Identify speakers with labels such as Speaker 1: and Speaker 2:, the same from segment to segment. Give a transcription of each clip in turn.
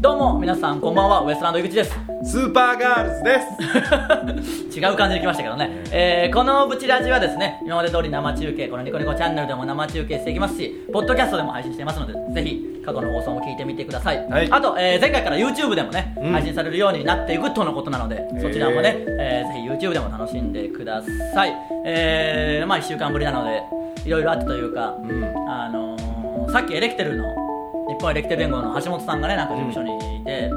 Speaker 1: さんこんばんはウエストランド井口です
Speaker 2: スーパーガールズです
Speaker 1: 違う感じで来ましたけどね、えーこのブチラジはですね今まで通り生中継このニコニコチャンネルでも生中継していきますしポッドキャストでも配信していますのでぜひ過去の放送も聞いてみてください、
Speaker 2: はい
Speaker 1: あと、えー前回から YouTube でもね、
Speaker 2: うん
Speaker 1: 配信されるようになっていくとのことなのでそちらもね、えーぜひ YouTube でも楽しんでくださいえーまあ1週間ぶりなのでいろいろあったというか、
Speaker 2: ん
Speaker 1: あのーさっきエレキテルの日本エレキテル連合の橋本さんがねなんか事務所にいて、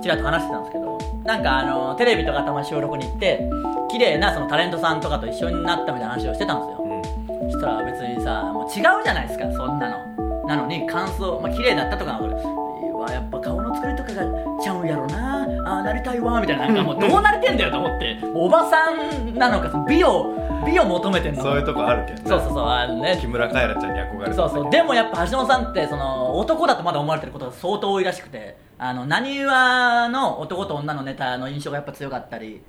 Speaker 1: ちらっと話してたんですけどなんかあのテレビとかたまに収録に行って綺麗なそのタレントさんとかと一緒になったみたいな話をしてたんですよそしたら別にさもう違うじゃないですかそんなのなのに感想まあ綺麗だったとかは分かるうわやっぱ顔の作りとかがちゃうんやろなああなりたいわみたいななんかもうどうなれてんだよと思っておばさんなのかその美を美を求めてんのか
Speaker 2: そういうとこあるけどね
Speaker 1: そうそうそうあのね
Speaker 2: 木村カエラちゃんに憧れて
Speaker 1: そうそうでもやっぱ橋本さんってその男だとまだ思われてることが相当多いらしくてあのなにわの男と女のネタの印象がやっぱ強かったり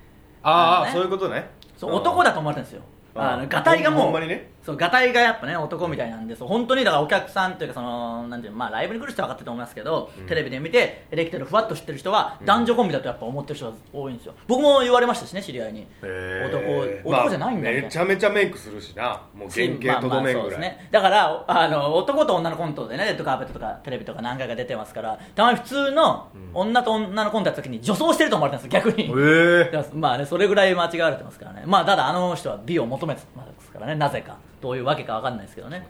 Speaker 2: ああ、
Speaker 1: ね
Speaker 2: そういうことね
Speaker 1: そう男だと思われてるんですよあのガタイがもう
Speaker 2: ほんまにね
Speaker 1: そうガタイがやっぱね男みたいなんでそう本当にだからお客さんというかそのなんていうのまあライブに来る人は分かってると思いますけど、
Speaker 2: うん
Speaker 1: テレビで見てエレキテルふわっと知ってる人は男女コンビだとやっぱ思ってる人が多いんですよ僕も言われましたしね知り合いに、
Speaker 2: へー
Speaker 1: 男男じゃないんだみたいな
Speaker 2: まあめちゃめちゃメイクするしなもう原型とどめ
Speaker 1: まあまあ
Speaker 2: んぐ
Speaker 1: そうです
Speaker 2: らい
Speaker 1: ね、だからあの男と女のコントでねレッドカーペットとかテレビとか何回か出てますからたまに普通の
Speaker 2: うん
Speaker 1: 女と女のコントやった時に女装してると思われたんですよ逆に、
Speaker 2: へえ
Speaker 1: だから まあねそれぐらい間違われてますからねまあただあの人は美を求めてますからねなぜかどういうわけかわかんないですけどね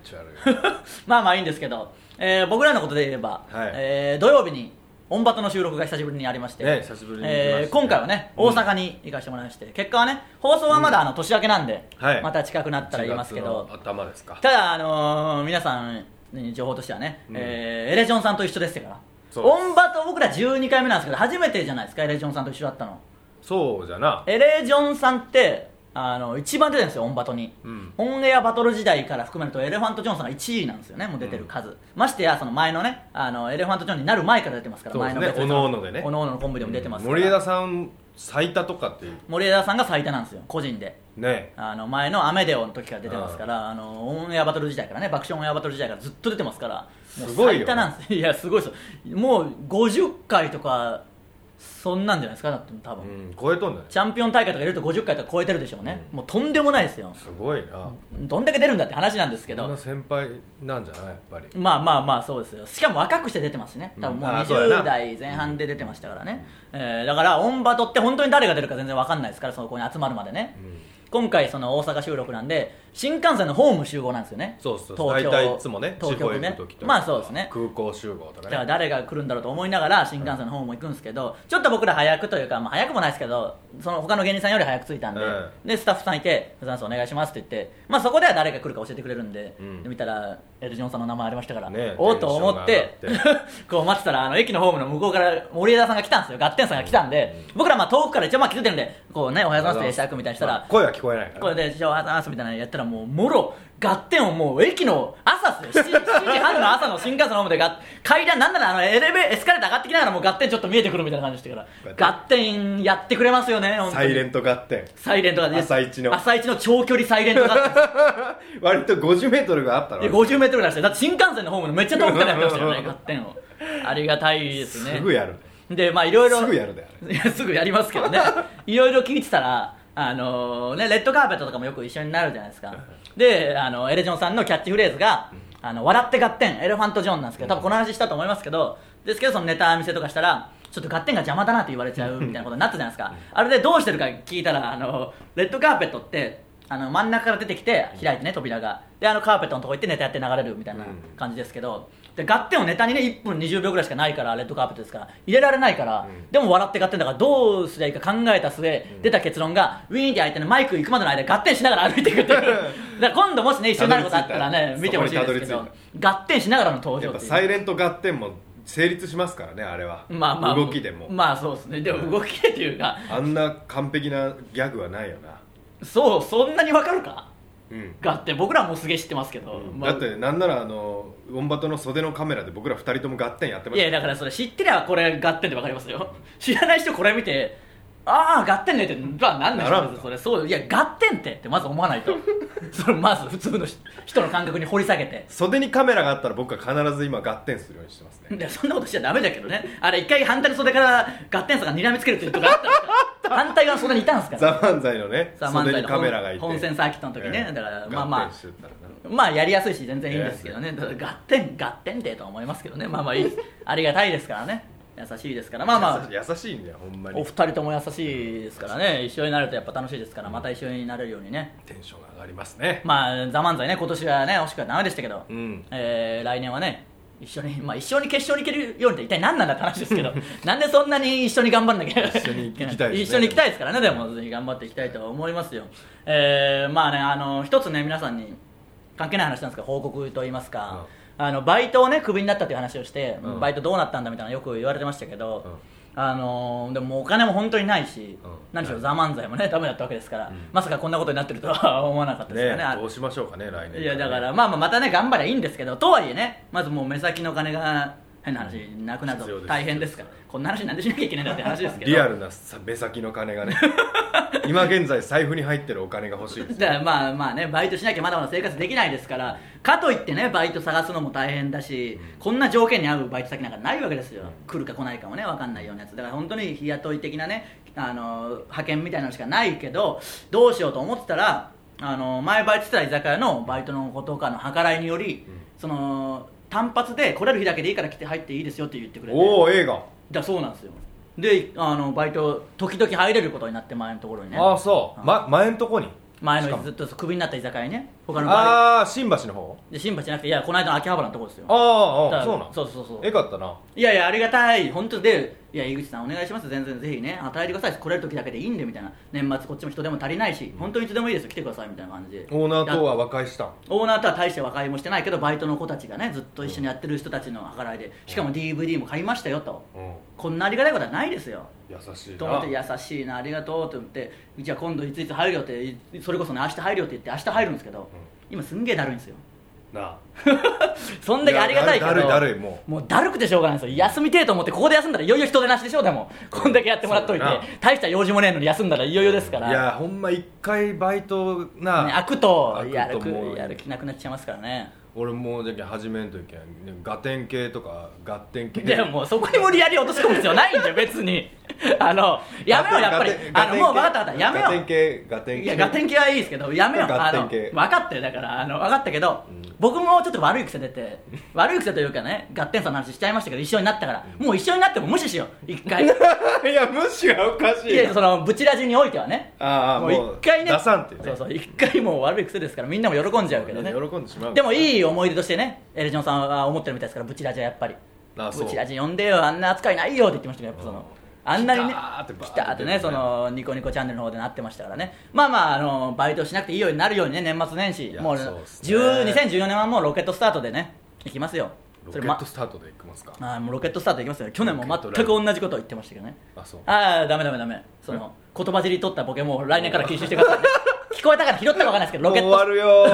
Speaker 1: まあまあいいんですけど、えー僕らのことで言えば、
Speaker 2: はい
Speaker 1: えー土曜日にオンバトの収録が久しぶりにありまして、
Speaker 2: ね久しぶりに行きましたね
Speaker 1: えー今回はね
Speaker 2: うん
Speaker 1: 大阪に行かせてもらいまして、結果はね放送はまだあの年明けなんで、
Speaker 2: はい
Speaker 1: また近くなったら言いますけど、
Speaker 2: 頭ですか
Speaker 1: ただ、あのー皆さんに情報としてはね、
Speaker 2: うん
Speaker 1: えーエレジョンさんと一緒ですから
Speaker 2: そうです
Speaker 1: オンバと僕ら12回目なんですけど初めてじゃないですかエレジョンさんと一緒だったの
Speaker 2: そうじゃな
Speaker 1: エレジョンさんってあの一番出てるんですよオンバトに、
Speaker 2: うん
Speaker 1: オンエアバトル時代から含めるとエレファント・ジョンさんが1位なんですよねもう出てる数、ましてやその前のねあのエレファント・ジョンになる前から出てますから
Speaker 2: そう
Speaker 1: 前
Speaker 2: です
Speaker 1: の
Speaker 2: ね
Speaker 1: 別々
Speaker 2: おのおのでね
Speaker 1: おのおののコンビでも出てますから、
Speaker 2: 森枝さん最多とかっていう
Speaker 1: 森枝さんが最多なんですよ個人で
Speaker 2: ね
Speaker 1: あの前の「アメデオ」の時から出てますから、あのオンエアバトル時代からね爆笑オンエアバトル時代からずっと出てますからもう
Speaker 2: すごい
Speaker 1: 最
Speaker 2: よ
Speaker 1: 多なんですいやすごいですよもう50回とかそんなんじゃないですかだって多
Speaker 2: う
Speaker 1: 分、
Speaker 2: ん超えとんだね
Speaker 1: チャンピオン大会とか入れると50回とか超えてるでしょうね、もうとんでもないですよ
Speaker 2: すごいな
Speaker 1: どんだけ出るんだって話なんですけ
Speaker 2: そんな
Speaker 1: ど
Speaker 2: 先輩なんじゃないやっぱり
Speaker 1: まあまあまあそうですよしかも若くして出てますしね多分もう
Speaker 2: うんあそうや
Speaker 1: 20
Speaker 2: な
Speaker 1: 代前半で出てましたからね、えーだからオンバトって本当に誰が出るか全然わかんないですからそこに集まるまでね、
Speaker 2: うん
Speaker 1: 今回その大阪収録なんで新幹線のホーム集合なんですよね
Speaker 2: そうそう
Speaker 1: 東
Speaker 2: 大
Speaker 1: 京
Speaker 2: 体いつもね
Speaker 1: 東京で
Speaker 2: 地方行
Speaker 1: ね
Speaker 2: く時とか
Speaker 1: まあそうですね
Speaker 2: 空港集合
Speaker 1: だか
Speaker 2: とからね
Speaker 1: 誰が来るんだろうと思いながら新幹線の方も行くんですけど、ちょっと僕ら早くというか、まあ、早くもないですけどその他の芸人さんより早く着いたんで,、
Speaker 2: うん
Speaker 1: でスタッフさんいて「ふざんすお願いします」って言って、まあ、そこでは誰が来るか教えてくれるんで,、
Speaker 2: うん
Speaker 1: で見たらエルジョンさんの名前ありましたから、
Speaker 2: ねえ
Speaker 1: おっと思って
Speaker 2: テンション
Speaker 1: こう待ってたらあの駅のホームの向こうから森枝さんが来たんですよガッテンさんが来たんで、僕らまあ遠くから一応まあ気づいてるんでこうね「おはようございます」って会釈みたいにしたら
Speaker 2: まあ、声は聞こえないから
Speaker 1: これで「ショーアース」みたいなのやったらもうもろ合点をもう駅の朝っすよ 7, 時半の朝の新幹線のホームでが 階段なんならあのエレベエスカレーター上がってきながらもう合点ちょっと見えてくるみたいな感じしてから合点やってくれますよね本当
Speaker 2: サ
Speaker 1: に
Speaker 2: イレント合点
Speaker 1: サイレントがね
Speaker 2: 朝一の
Speaker 1: 朝一の長距離サイレントが
Speaker 2: 割と 50m があ ったの
Speaker 1: 5 0ルぐらいしてだって新幹線のホームのめっちゃ遠くからやってました よね合点をありがたいですね
Speaker 2: すぐやるね
Speaker 1: でまあいろいろ
Speaker 2: すぐやるであ
Speaker 1: いやすぐやりますけど ねいろいろ聞いてたらあのね、レッドカーペットとかもよく一緒になるじゃないですかであのエレジョンさんのキャッチフレーズが「あの笑って合点エレファント・ジョン」なんですけど多分この話したと思いますけどですけどそのネタ見せとかしたらちょっと合点が邪魔だなって言われちゃうみたいなことになったじゃないですかあれでどうしてるか聞いたらあのレッドカーペットってあの真ん中から出てきて開いてね扉がであのカーペットのとこ行ってネタやって流れるみたいな感じですけどで合点をネタにね1分20秒ぐらいしかないからレッドカーペットですから入れられないから、
Speaker 2: うん
Speaker 1: でも笑って合点だからどうすりゃいいか考えた末、出た結論がウィーンって相手のマイク行くまでの間に合点しながら歩いていくっていうだから今度もしね一緒になることあったらね
Speaker 2: たどり着いた
Speaker 1: 見てほしいですけ
Speaker 2: そこ
Speaker 1: ど
Speaker 2: にたど
Speaker 1: 合点しながらの登場
Speaker 2: やっ
Speaker 1: っ
Speaker 2: ぱ
Speaker 1: ていう
Speaker 2: サイレント合点も成立しますからねあれは、
Speaker 1: まあまあ
Speaker 2: 動きでも、
Speaker 1: まあそうですねでも動きでっていうか
Speaker 2: あんな完璧なギャグはないよな
Speaker 1: そうそんなにわかるか
Speaker 2: うん、
Speaker 1: 合点僕らもうすげえ知ってますけど、まあ
Speaker 2: だってなんならあのウォンバトの袖のカメラで僕ら二人とも合点やってま
Speaker 1: い
Speaker 2: し
Speaker 1: やだからそれ知ってりゃこれ合点でわかりますよ知らない人これ見てああガッテンねってはなんない
Speaker 2: ならん
Speaker 1: 別にそれそういやガッテンってってまず思わないと それまず普通の人人の感覚に掘り下げて
Speaker 2: 袖にカメラがあったら僕は必ず今ガッテンするようにしてますね
Speaker 1: いやそんなことしちゃダメだけどねあれ一回反対の袖からガッテンさんが睨みつけるっていうとこあった から反対側の袖にいたんですから
Speaker 2: ザ・漫才のね
Speaker 1: ザ漫才の
Speaker 2: 袖にカメラがいて
Speaker 1: 本戦サーキットの時ねだからまあまあ
Speaker 2: ガッテンしてたらな
Speaker 1: まあやりやすいし全然いいんですけどねだからガッテンガッテンでとは思いますけどねまあまあいいですありがたいですからね優しいですからまあまあ
Speaker 2: 優し優しいんだよほんまに
Speaker 1: お二人とも優しいですからね一緒になるとやっぱ楽しいですからまた一緒になれるようにね
Speaker 2: テンションが上がりますね
Speaker 1: まあ「ザ漫才ね今年はね惜しくはダメでしたけど、
Speaker 2: うん
Speaker 1: えー来年はね一緒に、まあ、 一緒に決勝に行けるようにって一体何なんだって話ですけど なんでそんなに一緒に頑張んなきゃ
Speaker 2: 一緒に行きたいですね
Speaker 1: 一緒に行きたいですからねでもぜひ頑張っていきたいと思いますよ、えーまあねあの一つね皆さんに関係ない話なんですけど報告と言いますか、あのバイトをねクビになったという話をして、
Speaker 2: うん
Speaker 1: バイトどうなったんだみたいなのよく言われてましたけど、
Speaker 2: うん
Speaker 1: あのでももうお金も本当にないし、
Speaker 2: うん
Speaker 1: 何しろ「ザ漫才もねダメだったわけですから、
Speaker 2: うん
Speaker 1: まさかこんなことになってるとは思わなかったですよねあ
Speaker 2: どうしましょうかね来年
Speaker 1: いやだからまあまあまたね頑張りゃいいんですけどとはいえねまずもう目先のお金が変な話なくなる
Speaker 2: 必要
Speaker 1: と
Speaker 2: です
Speaker 1: 大変ですからこんな話なんでしなきゃいけないんだって話ですけど
Speaker 2: リアルなさ目先の金 がね今現在財布に入ってるお金が欲しいです
Speaker 1: だからまあまあ ねバイトしなきゃまだまだ生活できないですからかといってねバイト探すのも大変だしこんな条件に合うバイト先なんかないわけですよ来るか来ないかもね分かんないようなやつだから本当に日雇い的なねあの派遣みたいなのしかないけどどうしようと思ってたらあの前バイトしてた居酒屋のバイトの子とかの計らいにより
Speaker 2: うん
Speaker 1: その単発で来れる日だけでいいから来て入っていいですよって言ってくれて
Speaker 2: おお映画
Speaker 1: だそうなんですよであのバイト時々入れることになって前のところにね
Speaker 2: ああそう、
Speaker 1: うん
Speaker 2: ま、前んとこに
Speaker 1: 前
Speaker 2: しか
Speaker 1: の
Speaker 2: も
Speaker 1: ずっとクビになった居酒屋にね他のバイト
Speaker 2: ああ新橋の方
Speaker 1: で新橋じゃなくていやこの間の秋葉原のところですよ
Speaker 2: あああ
Speaker 1: だ
Speaker 2: あ
Speaker 1: から
Speaker 2: そうなん
Speaker 1: そうそうそう
Speaker 2: えかったない
Speaker 1: やいやありがたい本当でいや井口さんお願いします全然ぜひね働いてください来れる時だけでいいんでみたいな年末こっちも人手も足りないし本当にいつでもいいですよ来てくださいみたいな感じで
Speaker 2: オーナーとは和解したん
Speaker 1: オーナーとは大して和解もしてないけどバイトの子たちがねずっと一緒にやってる人たちの計らいでしかも DVD も買いましたよと
Speaker 2: うん
Speaker 1: こんなありがたいことはないですよ
Speaker 2: 優しい
Speaker 1: と思って
Speaker 2: な
Speaker 1: 優しいなありがとうと思ってじゃあ今度いついつ入るよっていそれこそね明日入るよって言って明日入るんですけど、今すんげえだるいんですよ
Speaker 2: な
Speaker 1: そんだけありがたいけど
Speaker 2: いやだるだるいだるいも
Speaker 1: もうだるくてしょうがないんですよ休みてえと思ってここで休んだらいよいよ人手なしでしょでもこんだけやってもらっといて
Speaker 2: そうだな
Speaker 1: 大した用事もねえのに休んだらいよいよですか
Speaker 2: あ
Speaker 1: ら
Speaker 2: いやほんま一回バイトな、
Speaker 1: ね、開くと
Speaker 2: 開くと
Speaker 1: やるく
Speaker 2: もう
Speaker 1: やる気なくなっちゃいますからね
Speaker 2: 俺もうじゃけ始めんといけんガテン系とかガッテン系
Speaker 1: でもうそこに無理やり落とし込む必要ないんだよ別にあのやめようやっぱりあのもう分かった分かったやめよ
Speaker 2: ガテン
Speaker 1: う
Speaker 2: 系ガテン系
Speaker 1: いやガテン系はいいですけどやめようあ
Speaker 2: ガッテン
Speaker 1: の
Speaker 2: 系
Speaker 1: 分かったよだからあの分かったけど、
Speaker 2: うん
Speaker 1: 僕もちょっと悪い癖出て悪い癖というかねガッテンさんの話しちゃいましたけど一緒になったから、もう一緒になっても無視しよう一回
Speaker 2: いや無視はおかしい
Speaker 1: いやそのブチラジにおいてはね
Speaker 2: ああ
Speaker 1: も
Speaker 2: も
Speaker 1: う
Speaker 2: う
Speaker 1: 一回ね
Speaker 2: 出さんっていうね
Speaker 1: そうそう一回もう悪い癖ですからみんなも喜んじゃうけどね
Speaker 2: 喜んでしまう
Speaker 1: でも
Speaker 2: い
Speaker 1: いい思い出としてねエレジョンさんは思ってるみたいですからブチラジはやっぱり
Speaker 2: あそう
Speaker 1: ブチラジ呼んでよあんな扱いないよって言ってましたけどやっぱそのあんなにね
Speaker 2: 来たーってバーって
Speaker 1: 来たーってねそのニコニコチャンネルの方でなってましたからねまあまああのバイトしなくていいようになるようにね年末年始
Speaker 2: いや
Speaker 1: もう
Speaker 2: そうっすね
Speaker 1: 10 2014年はもうロケットスタートでね行きますよ
Speaker 2: ロ
Speaker 1: そ
Speaker 2: ケ
Speaker 1: れ
Speaker 2: ッ
Speaker 1: ま
Speaker 2: トスタートでいきますか
Speaker 1: あーもうロケットスタート行きますよ去年も全く同じことを言ってましたけどね
Speaker 2: あそう
Speaker 1: ああダメダメダメその言葉尻取ったボケもう来年から禁止してくだ さいね聞こえたから拾ったかわかんないですけどロケッ
Speaker 2: もう
Speaker 1: ト
Speaker 2: 終わるよ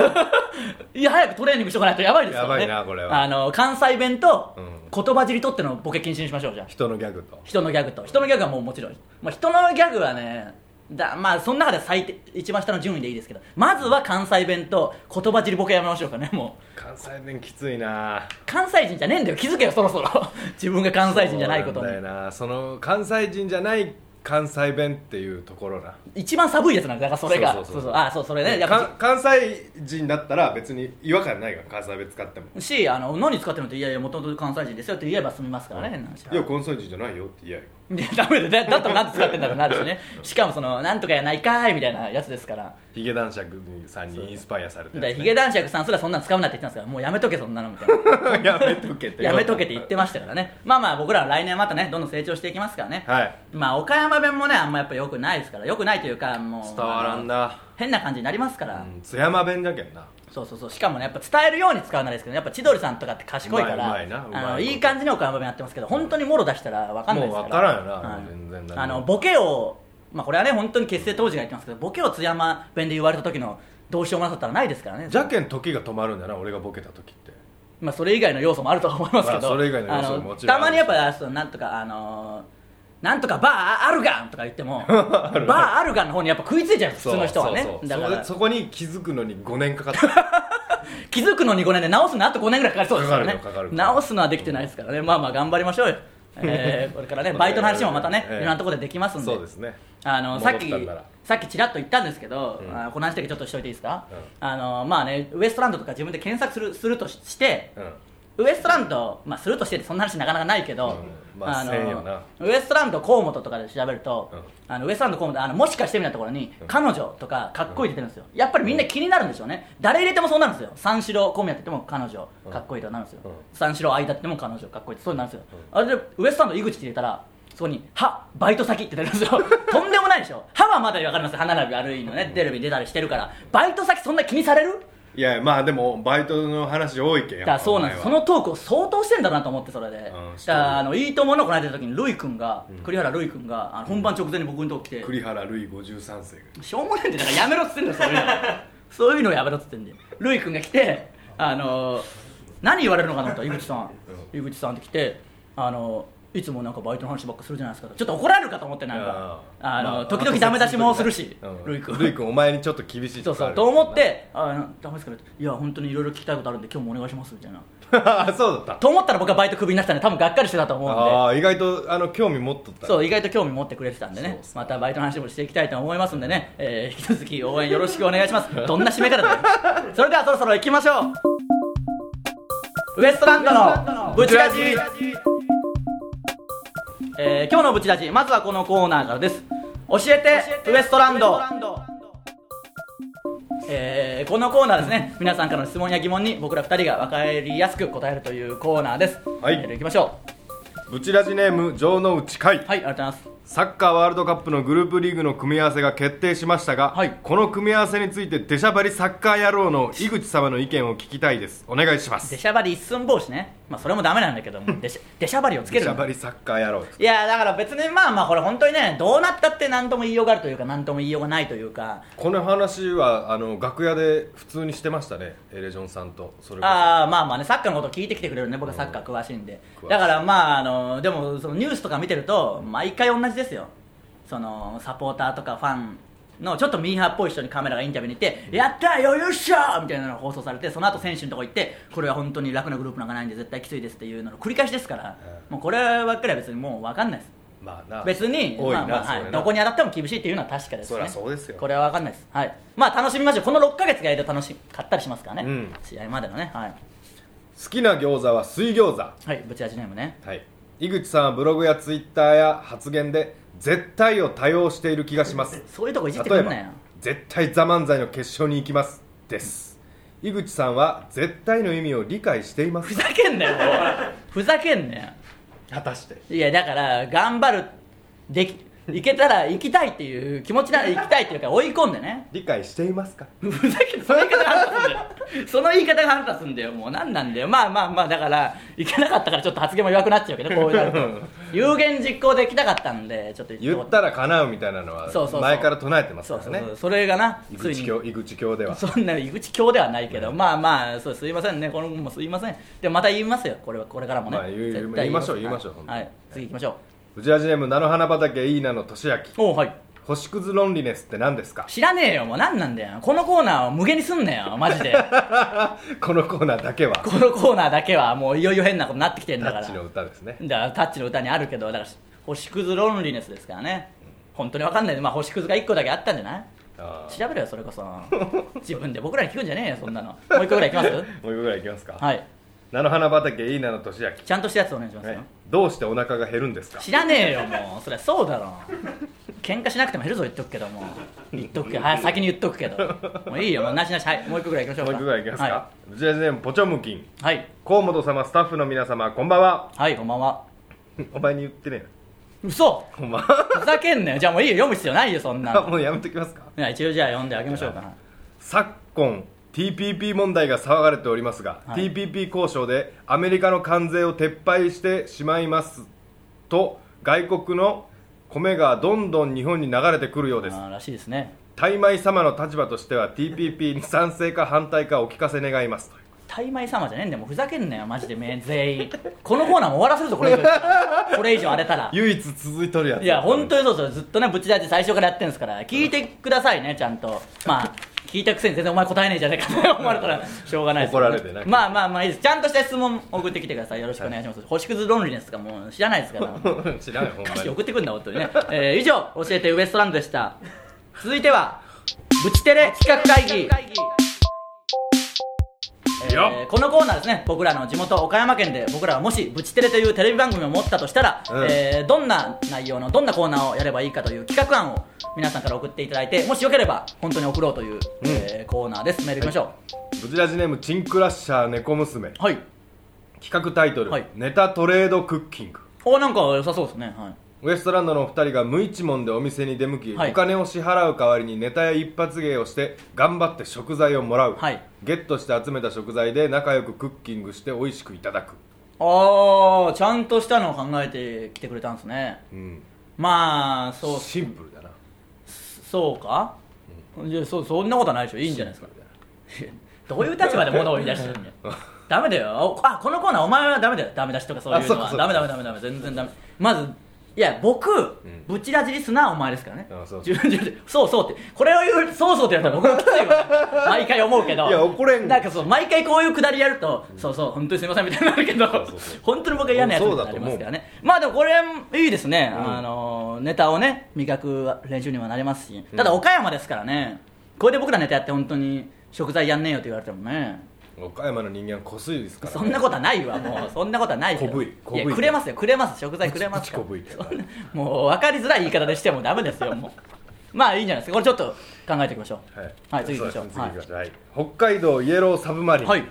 Speaker 1: いや早くトレーニングしとかないとやばいですからね
Speaker 2: やばいなこれは
Speaker 1: あの関西弁と
Speaker 2: うん
Speaker 1: 言葉尻取ってのボケ禁止にしましょうじゃあ
Speaker 2: 人のギャグと
Speaker 1: 人のギャグと人のギャグはもうもちろん、まあ、人のギャグはねだまあその中で最低一番下の順位でいいですけどまずは関西弁と言葉尻ボケやめましょうかねもう
Speaker 2: 関西弁きついな
Speaker 1: 関西人じゃねえんだよ気づけよそろ そろ自分が関西人じゃないこと
Speaker 2: そう
Speaker 1: に
Speaker 2: んだよなその関西人じゃない関西弁っていうところな
Speaker 1: 一番寒いやつなんだだからそれが
Speaker 2: そうそうそう
Speaker 1: そうあそうそれねやっぱ
Speaker 2: か関西人だったら別に違和感ないから関西弁使っても
Speaker 1: しあの何使ってるのっていやいやもともと関西人ですよって言えば済みますからね、変な話
Speaker 2: いや関西人じゃないよって言えよ
Speaker 1: いや ダメだよだだったら何使ってんだろうなるしねしかもそのなんとかやないかーいみたいなやつですから
Speaker 2: ヒゲ男爵さんにインスパイアされて
Speaker 1: だからヒゲ男爵さんすらそんなの使うなって言ってますからもうやめとけそんなのみたいな
Speaker 2: やめとけって
Speaker 1: やめとけって言ってましたからねまあまあ僕らは来年またねどんどん成長していきますからね、
Speaker 2: はい
Speaker 1: まあ岡山弁もねあんまやっぱ良くないですから良くないというかもう
Speaker 2: 伝わらんな
Speaker 1: 変な感じになりますから、
Speaker 2: うん津山弁だけんな
Speaker 1: そうそうそうしかもねやっぱ伝えるように使うならですけどやっぱ千鳥さんとかって賢いか
Speaker 2: う
Speaker 1: ら
Speaker 2: まいうまいなうま
Speaker 1: あ
Speaker 2: い
Speaker 1: の
Speaker 2: こと
Speaker 1: いい感じに岡山弁やってますけど本当にもろ出したら分かんないですから
Speaker 2: もう分からんよな
Speaker 1: はい
Speaker 2: 全然何も
Speaker 1: あのボケをまあこれはね本当に結成当時が言ってますけどボケを津山弁で言われた時のどうしようもなさったらないですからね
Speaker 2: じゃけん時が止まるんだよな俺がボケた時って
Speaker 1: まあそれ以外の要素もあるとは思いますけど、
Speaker 2: まあそれ以外の要素ももちろん
Speaker 1: あのたまにやっぱそのなんとかあのーなんとかバーあるがんとか言って もバーあるがんの方にやっぱ食いついちゃうんです普通の人はね
Speaker 2: そうそう
Speaker 1: だか
Speaker 2: そ
Speaker 1: ら
Speaker 2: れそこに気づくのに5年かかった
Speaker 1: 気づくのに5年で直すのあと5年ぐらいかかりそうですからね
Speaker 2: かかるよかかる
Speaker 1: 直すのはできてないですからねまあまあ頑張りましょうよ、え ーこれからねバイトの話もまたね、
Speaker 2: ええ
Speaker 1: いろんなところでできますんで
Speaker 2: そうですね
Speaker 1: あのさっき
Speaker 2: 戻ったんなら
Speaker 1: さっきちらっと言ったんですけど、
Speaker 2: うん
Speaker 1: あこの話だけちょっとしといていいですか、
Speaker 2: うん
Speaker 1: あのまあねウエストランドとか自分で検索するするとしして
Speaker 2: うん
Speaker 1: ウエストランド、まあ、するとしてそんな話なかなかないけど、
Speaker 2: うんまあせんよな
Speaker 1: ウエストランド河本とかで調べると、
Speaker 2: うん
Speaker 1: あのウエストランド河本あのもしかしてみたいなところに、
Speaker 2: うん
Speaker 1: 彼女とかかっこいいって出てるんですよやっぱりみんな気になるんでしょうね誰入れてもそうなるんですよ三四郎小宮って言っても彼女
Speaker 2: うん
Speaker 1: かっこいいとかなるんですよ、
Speaker 2: うん
Speaker 1: 三四郎相田って言っても彼女かっこいいってそうなるんですよ、あれでウエストランド井口って入れたらそこに「はバイト先」って出るんですよ とんでもないでしょ「は」はまだ分かります歯並び悪いのねテレビに出たりしてるからバイト先そんな気にされる
Speaker 2: いやまあでもバイトの話多いけんや
Speaker 1: だから
Speaker 2: っぱ
Speaker 1: そうなんですそ
Speaker 2: お前
Speaker 1: の
Speaker 2: は
Speaker 1: トークを相当してんだなと思ってそれで、だか
Speaker 2: してる
Speaker 1: らあのいいとものこの間出た時にルイ君が、
Speaker 2: うん
Speaker 1: 栗原ルイ君があの本番直前に僕のとこ来て、
Speaker 2: 栗原るい53世
Speaker 1: しょうもないんでだからやめろっつってんだよ そういうのそういうのやめろっつってんでルイ君が来てあの何言われるのかなと思った井口さん、井口さんって来てあのいつもなんかバイトの話ばっかするじゃないですかちょっと怒られるかと思ってなんか
Speaker 2: が
Speaker 1: あの、
Speaker 2: まあ
Speaker 1: 時々ダメ出しもするし、
Speaker 2: うん
Speaker 1: ルイ君
Speaker 2: ルイ君お前にちょっと厳し い
Speaker 1: そうそうと思って「あダメですかね」いや本当にいろいろ聞きたいことあるんで今日もお願いします」みたいな
Speaker 2: あそうだった
Speaker 1: と思ったら僕はバイトクビになってたんで多分がっかりしてたと思うんで
Speaker 2: ああ意外とあの興味持っとった
Speaker 1: そうう意外と興味持ってくれてたんでね
Speaker 2: そうそ
Speaker 1: またバイトの話もしていきたいと思いますんでね、えー引き続き応援よろしくお願い しますどんな締め方だよそれではそろそろ行きましょうウエストランドのブチラジえー今日のブチラジまずはこのコーナーからです教えてウエストランドえーこのコーナーですね皆さんからの質問や疑問に僕ら2人が分かりやすく答えるというコーナーです
Speaker 2: はい
Speaker 1: えー行きましょ
Speaker 2: ブチラジネーム城之内海、
Speaker 1: うはいありがとうございます
Speaker 2: サッカーワールドカップのグループリーグの組み合わせが決定しましたが、
Speaker 1: はい
Speaker 2: この組み合わせについて出しゃばりサッカー野郎の井口様の意見を聞きたいですお願いしま
Speaker 1: 出
Speaker 2: す
Speaker 1: しゃばり一寸法師ね、まあ、それもダメなんだけども出し出しゃばりをつけ
Speaker 2: 出
Speaker 1: る
Speaker 2: しゃ
Speaker 1: の
Speaker 2: ばりサッカー野郎
Speaker 1: いやだから別にまあまあこれ本当にねどうなったって何とも言いようがあるというか何とも言いようがないというか
Speaker 2: この話はあの楽屋で普通にしてましたねエレジョンさんとそれこそ
Speaker 1: あーまあまあねサッカーのことを聞いてきてくれるね僕はサッカー詳しいんで
Speaker 2: 詳しい
Speaker 1: だからまああのでもそのニュースとか見てると毎回同じですよそのサポーターとかファンのちょっとミーハーっぽい人にカメラがインタビューに行って「やったーよよっしゃー!」みたいなのが放送されてその後選手のとこ行ってこれは本当に楽なグループなんかないんで絶対きついですっていうのの繰り返しですからもうこればっかりは別にもう分かんないです
Speaker 2: まあな
Speaker 1: 別に、
Speaker 2: 多いな、
Speaker 1: まあまあはい
Speaker 2: それな
Speaker 1: どこに当たっても厳しいっていうのは確かですね
Speaker 2: そりゃそうですよ
Speaker 1: これは分かんないです、はい、まあ楽しみましょうこの6ヶ月が間楽しかったりしますからね、
Speaker 2: うん
Speaker 1: 試合までのねはい、
Speaker 2: 好きな餃子は水餃子は
Speaker 1: はい、ぶち味ネームね
Speaker 2: い井口さんはブログやツイッターや発言で絶対を多用している気がします
Speaker 1: そういうとこいじって
Speaker 2: 例
Speaker 1: く
Speaker 2: え
Speaker 1: ん
Speaker 2: ば
Speaker 1: なよ
Speaker 2: 絶対ザ漫才の決勝に行きますです井口さんは絶対の意味を理解していま
Speaker 1: ふ
Speaker 2: す
Speaker 1: ざけんなよもうふざけんなよ
Speaker 2: 果たして
Speaker 1: いやだから頑張るでき行けたら行きたいっていう気持ちなら行きたいっていうか追い込んでね
Speaker 2: 理解していますか
Speaker 1: ふざけんその言い方が腹立つんだよその言い方が腹立つんだよもう何なんだよまあまあまあだからいけなかったからちょっと発言も弱くなっちゃうけどこうなる と有言実行できなかったんでちょっと
Speaker 2: 言っ
Speaker 1: ら
Speaker 2: たら叶うみたいなのは
Speaker 1: そうそうそう
Speaker 2: 前から唱えてます
Speaker 1: そ
Speaker 2: か
Speaker 1: う
Speaker 2: ら
Speaker 1: そう
Speaker 2: ね
Speaker 1: そうそれがな
Speaker 2: 井
Speaker 1: つい
Speaker 2: 口
Speaker 1: に
Speaker 2: 教井口教では
Speaker 1: そんな井口教ではないけど、まあまあそうすいませんねこのもすいませんでもまた言いますよこれはこれからもね、
Speaker 2: まあ言う
Speaker 1: 絶
Speaker 2: 言いましょう
Speaker 1: 言います
Speaker 2: 言いましょう本当
Speaker 1: は
Speaker 2: に
Speaker 1: い次行きましょう
Speaker 2: 藤ラジネーム菜の花畑いいなの俊明
Speaker 1: おうはい
Speaker 2: 星屑ロンリネスって何ですか
Speaker 1: 知らねえよもう何なんだよこのコーナーを無限にすんなよマジ で
Speaker 2: このコーナーだけは
Speaker 1: このコーナーだけはもういよいよ変なことになってきて
Speaker 2: タ
Speaker 1: んだから
Speaker 2: ッチの歌ですね
Speaker 1: だからタッチの歌にあるけどだから星屑ロンリネスですからね本当にわかんないで、まあ、星屑が1個だけあったんじゃない
Speaker 2: あー
Speaker 1: 調べろよそれこそ自分で僕らに聞くんじゃねえよそんなのもう1個ぐらいいきます
Speaker 2: もう一個ぐらいいきますか、
Speaker 1: はい
Speaker 2: 菜の花畑いいなの俊明
Speaker 1: ちゃんとしたやつお願いしますよ、
Speaker 2: はいどうしてお腹が減るんですか
Speaker 1: 知らねえよもうそりゃそうだろ喧嘩しなくても減るぞ言っとくけども言っとくけどはい先に言っとくけどもういいよもうなしなしはいもう1個ぐらいいきましょう
Speaker 2: もう
Speaker 1: か
Speaker 2: 一個ぐらいいきますか、藤ラジネームポチョムキン
Speaker 1: はいはい、
Speaker 2: 河本様スタッフの皆様こんばんは
Speaker 1: はい、こんばんは
Speaker 2: お前に言ってねえな
Speaker 1: 嘘
Speaker 2: こんばんは
Speaker 1: ふざけんなよじゃあもういいよ読む必要ないよそんなの
Speaker 2: もうやめときますか
Speaker 1: いや一応じゃあ読んであげましょうかな
Speaker 2: 昨今 TPP 問題が騒がれておりますが、
Speaker 1: はい
Speaker 2: TPP 交渉でアメリカの関税を撤廃してしまいますと外国の米がどんどん日本に流れてくるようです
Speaker 1: あーらしいですね
Speaker 2: 大米様の立場としては TPP に賛成か反対かお聞かせ願いますと
Speaker 1: 大米様じゃねえんだよもうふざけんなよマジでめ全員このコーナーも終わらせるぞこれ以上これ以上荒れたら
Speaker 2: 唯一続いとるやつ
Speaker 1: いや本当にそうそうずっとねぶちだって最初からやってるんですから聞いてくださいねちゃんとまあ聞いたくせに全然お前答えねえじゃねえかって思われたらしょうがないですけど
Speaker 2: 怒られてね
Speaker 1: まあまあまあいいですちゃんとした質問送ってきてくださいよろしくお願いします、星屑論理ですかもう知らないですから
Speaker 2: 知らんよ ほん
Speaker 1: 歌
Speaker 2: ま
Speaker 1: 詞
Speaker 2: に
Speaker 1: 送ってくんだ本当にね、えー以上教えてウエストランドでした続いてはブチテレ企画会議えー
Speaker 2: よっ
Speaker 1: このコーナーですね僕らの地元岡山県で僕らはもしブチテレというテレビ番組を持ったとしたら、
Speaker 2: うん
Speaker 1: えーどんな内容のどんなコーナーをやればいいかという企画案を皆さんから送っていただいてもしよければ本当に送ろうという、えーコーナーですメールいきましょ
Speaker 2: ブチラジネームチンクラッシャー猫娘
Speaker 1: うはい
Speaker 2: 企画タイトル、
Speaker 1: はい
Speaker 2: ネタトレードクッキング
Speaker 1: おなんか良さそうですねはい
Speaker 2: ウエストランドのお二人が無一文でお店に出向き、
Speaker 1: はい
Speaker 2: お金を支払う代わりにネタや一発芸をして頑張って食材をもらう、
Speaker 1: はい
Speaker 2: ゲットして集めた食材で仲良くクッキングして美味しくいただく、
Speaker 1: ああちゃんとしたのを考えてきてくれたんですね
Speaker 2: うん、
Speaker 1: まあそう
Speaker 2: シンプルだな
Speaker 1: そうか、いやそそんなことはないでしょいいんじゃないですかどういう立場で物を言い出してるんだよダメだよあこのコーナーお前はダメだよダメ出しとかそういうのは
Speaker 2: あそうかそうか
Speaker 1: ダメダメダメダメ全然ダメまずいや僕、
Speaker 2: ん
Speaker 1: ブチラジリスナーはお前ですからね
Speaker 2: あそう
Speaker 1: 自分自分でそうそうってこれを言うそうそうってやったら僕もきついわ毎回思うけど
Speaker 2: いや怒れん
Speaker 1: なんかそう毎回こういうくだりやると、そうそう本当にすみませんみたいになるけど
Speaker 2: そうそうそう
Speaker 1: 本当に僕は嫌なやつになりますからねまあでもこれいいですね、あのネタをね磨く練習にもなりますしただ岡山ですからねこれで僕らネタやって本当に食材やんねえよって言われてもね
Speaker 2: 岡山の人間はこすいですから、
Speaker 1: そ
Speaker 2: ね、
Speaker 1: んなことはないわ もうそんなことはないけど
Speaker 2: こぶいこぶい
Speaker 1: やくれますよくれます食材くれますから
Speaker 2: ぶちこぶいけど
Speaker 1: そんなもう分かりづらい言い方でしてもダメですよもうまあいいんじゃないですかこれちょっと考えていきましょう
Speaker 2: はい、
Speaker 1: はい次行きましょう
Speaker 2: そうですね次行きましょうはい北海道イエローサブマリン、
Speaker 1: はい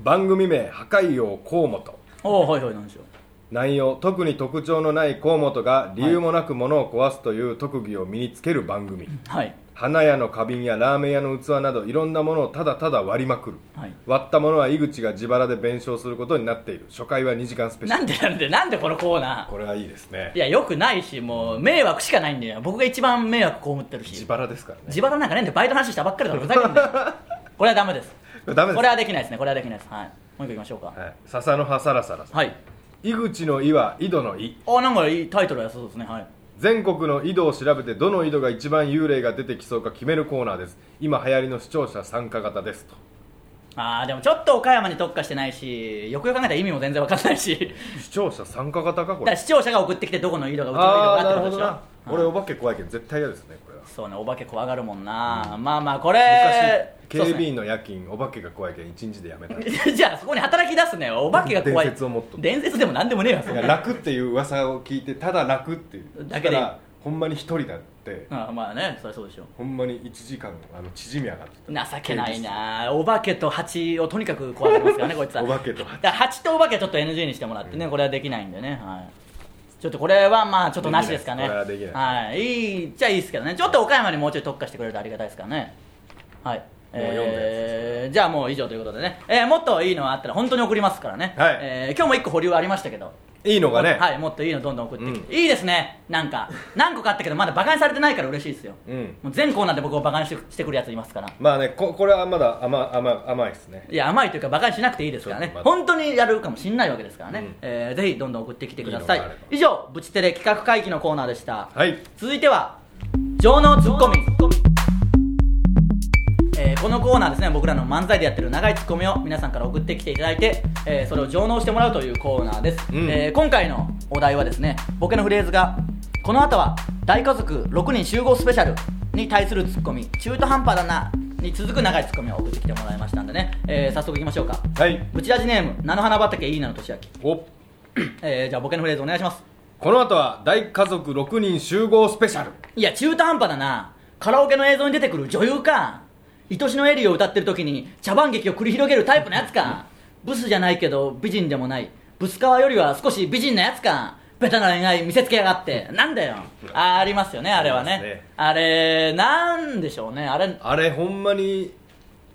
Speaker 2: 番組名破壊王河本
Speaker 1: おおはいはいなんでしょう
Speaker 2: 内容特に特徴のない河本が理由もなく物を壊すという特技を身につける番組、
Speaker 1: はい
Speaker 2: 花屋の花瓶やラーメン屋の器などいろんなものをただただ割りまくる、
Speaker 1: はい
Speaker 2: 割ったものは井口が自腹で弁償することになっている初回は2時間スペシャ
Speaker 1: なんでな
Speaker 2: ル
Speaker 1: んでなんでこのコーナー
Speaker 2: これはいいですね
Speaker 1: いやよくないしもう迷惑しかないんだよ僕が一番迷惑被ってる
Speaker 2: 自
Speaker 1: し
Speaker 2: 腹ですからね
Speaker 1: 自腹なんかねえんでバイトの話したばっかりだからふざけんなよ これはダメです
Speaker 2: ダメです
Speaker 1: これはできないですねこれはできないですはいもう一個いきましょうか
Speaker 2: はい、笹の葉サラサラさん
Speaker 1: はい
Speaker 2: 井口の「井」は井戸の「井
Speaker 1: あなんかいいタイトルやそうですねはい」
Speaker 2: 全国の井戸を調べてどの井戸が一番幽霊が出てきそうか決めるコーナーです今流行りの視聴者参加型ですと
Speaker 1: あーでもちょっと岡山に特化してないしよくよく考えたら意味も全然わかんないし
Speaker 2: 視聴者参加型かこ
Speaker 1: だ
Speaker 2: れ
Speaker 1: から視聴者が送ってきてどこの井戸がうちの井
Speaker 2: あ
Speaker 1: 戸
Speaker 2: あ
Speaker 1: があっ
Speaker 2: なる
Speaker 1: てこ
Speaker 2: ほ
Speaker 1: と
Speaker 2: ど
Speaker 1: でしょ
Speaker 2: な俺お化け怖いけど絶対嫌ですねこれは
Speaker 1: そうねお化け怖がるもんな、まあまあこれ
Speaker 2: 昔
Speaker 1: そう
Speaker 2: 警
Speaker 1: っすね
Speaker 2: 備員の夜勤お化けが怖いけん一日でやめたい
Speaker 1: じゃあそこに働き出すねお化けが怖い
Speaker 2: 伝説を持っとる
Speaker 1: 伝説でも何でもねえわそ んな
Speaker 2: や楽っていう噂を聞いてただ楽っていう
Speaker 1: だけで
Speaker 2: たらほんまに一人だって
Speaker 1: あまあねそりゃそうでしょ
Speaker 2: ほんまに1時間あの縮み上がって
Speaker 1: 情けないなお化けと蜂をとにかく怖がりますからねこいつは
Speaker 2: お化けと蜂
Speaker 1: だから蜂とお化けはちょっと NG にしてもらってね、これはできないんでねはいちょっとこれはまあちょっとなしですかね
Speaker 2: できないですこれ
Speaker 1: はいいいっちゃいいですけどねちょっと岡山にもうちょい特化してくれるとありがたいですからねはい
Speaker 2: もう読んだやつ
Speaker 1: えーじゃあもう以上ということでね、えーもっといいのあったら本当に送りますからね、
Speaker 2: はい
Speaker 1: えー今日も一個保留ありましたけど
Speaker 2: いいのがね、
Speaker 1: はい、もっといいのどんどん送ってきて、いいですねなんか何個かあったけどまだバカにされてないから嬉しいですよ、
Speaker 2: うん
Speaker 1: もう全コーナーで僕をバカにしてしてくるやついますから
Speaker 2: まあねここれはまだ甘甘甘いですね
Speaker 1: いや甘いというかバカにしなくていいですからね
Speaker 2: ちょっと待
Speaker 1: 本当にやるかもしんないわけですからね、
Speaker 2: うん
Speaker 1: えーぜひどんどん送ってきてください
Speaker 2: いいのがあれば
Speaker 1: 以上ブチテレ企画会議のコーナーでした、
Speaker 2: はい
Speaker 1: 続いては情能ツッコミえーこのコーナーですね僕らの漫才でやってる長いツッコミを皆さんから送ってきていただいて、えーそれを上納してもらうというコーナーです、
Speaker 2: うん
Speaker 1: えー今回のお題はですねボケのフレーズが「この後は大家族6人集合スペシャル」に対するツッコミ「中途半端だな」に続く長いツッコミを送ってきてもらいましたんでね、えー早速いきましょうか
Speaker 2: はい
Speaker 1: ブチラジネーム菜の花畑いいなのとしあき、
Speaker 2: お
Speaker 1: えーじゃあボケのフレーズお願いします
Speaker 2: この後は大家族6人集合スペシャル
Speaker 1: いや中途半端だなカラオケの映像に出てくる女優か愛しのエリーを歌ってる時に茶番劇を繰り広げるタイプのやつかブスじゃないけど美人でもないブス川よりは少し美人なやつかベタな恋愛見せつけやがってなんだよあありますよねあれはね
Speaker 2: ありますね
Speaker 1: あれなんでしょうねあれ
Speaker 2: あれほんまに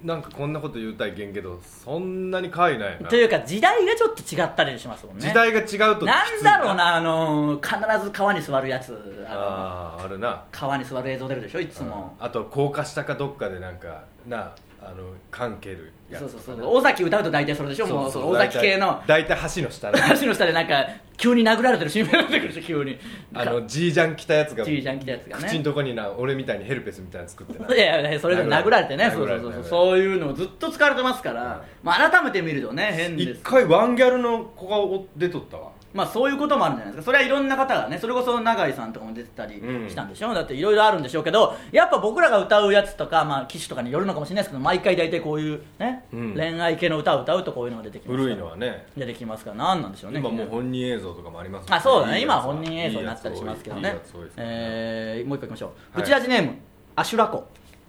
Speaker 2: なんかこんなこと言うたいけんけどそんなに可愛いないよな
Speaker 1: というか時代がちょっと違ったりしますもんね
Speaker 2: 時代が違うときつい
Speaker 1: なんだろうなあのー必ず川に座るやつあの
Speaker 2: あああるな
Speaker 1: 川に座る映像出るでしょいつも
Speaker 2: あと高架下かどっかでなんかなああの関係るやつ
Speaker 1: そうそうそう尾崎歌うと大体それでしょもうその尾崎系の
Speaker 2: 大体大体橋の下で
Speaker 1: 橋の下でなんか急に殴られてるシーンが出てくるでしょ急に
Speaker 2: あのジージャン着たやつが
Speaker 1: じいちゃん来たやつが
Speaker 2: 口ん
Speaker 1: ね
Speaker 2: とこにな俺みたいにヘルペスみたいなの作ってない
Speaker 1: や いやそれでも殴られてね
Speaker 2: 殴
Speaker 1: そう
Speaker 2: ら
Speaker 1: そう
Speaker 2: れ
Speaker 1: そうそう
Speaker 2: て殴られて
Speaker 1: そういうのをずっと使われてますから、まあ、改めて見るとね変で
Speaker 2: 一
Speaker 1: す
Speaker 2: 回ワンギャルの子がお出とったわ
Speaker 1: まあそういうこともあるんじゃないですかそれはいろんな方がねそれこそ永井さんとかも出てたり
Speaker 2: うん
Speaker 1: したんでしょ、だっていろいろあるんでしょうけどやっぱ僕らが歌うやつとか、まあ、機種とかによるのかもしれないですけど毎回大体こういうね、
Speaker 2: うん
Speaker 1: 恋愛系の歌を歌うとこういうのが出てきますから
Speaker 2: 古いのはね
Speaker 1: 出てきますから何なんでしょうね
Speaker 2: 今もう
Speaker 1: 気になる
Speaker 2: 本人映像とかもありますもん
Speaker 1: あそうだね
Speaker 2: いい
Speaker 1: 今
Speaker 2: やつ
Speaker 1: は本人映像になったりしますけど
Speaker 2: いい
Speaker 1: ね
Speaker 2: やつ多いですね
Speaker 1: えーもう一個いきましょう、
Speaker 2: はい
Speaker 1: ブチラジネームアシュラコ、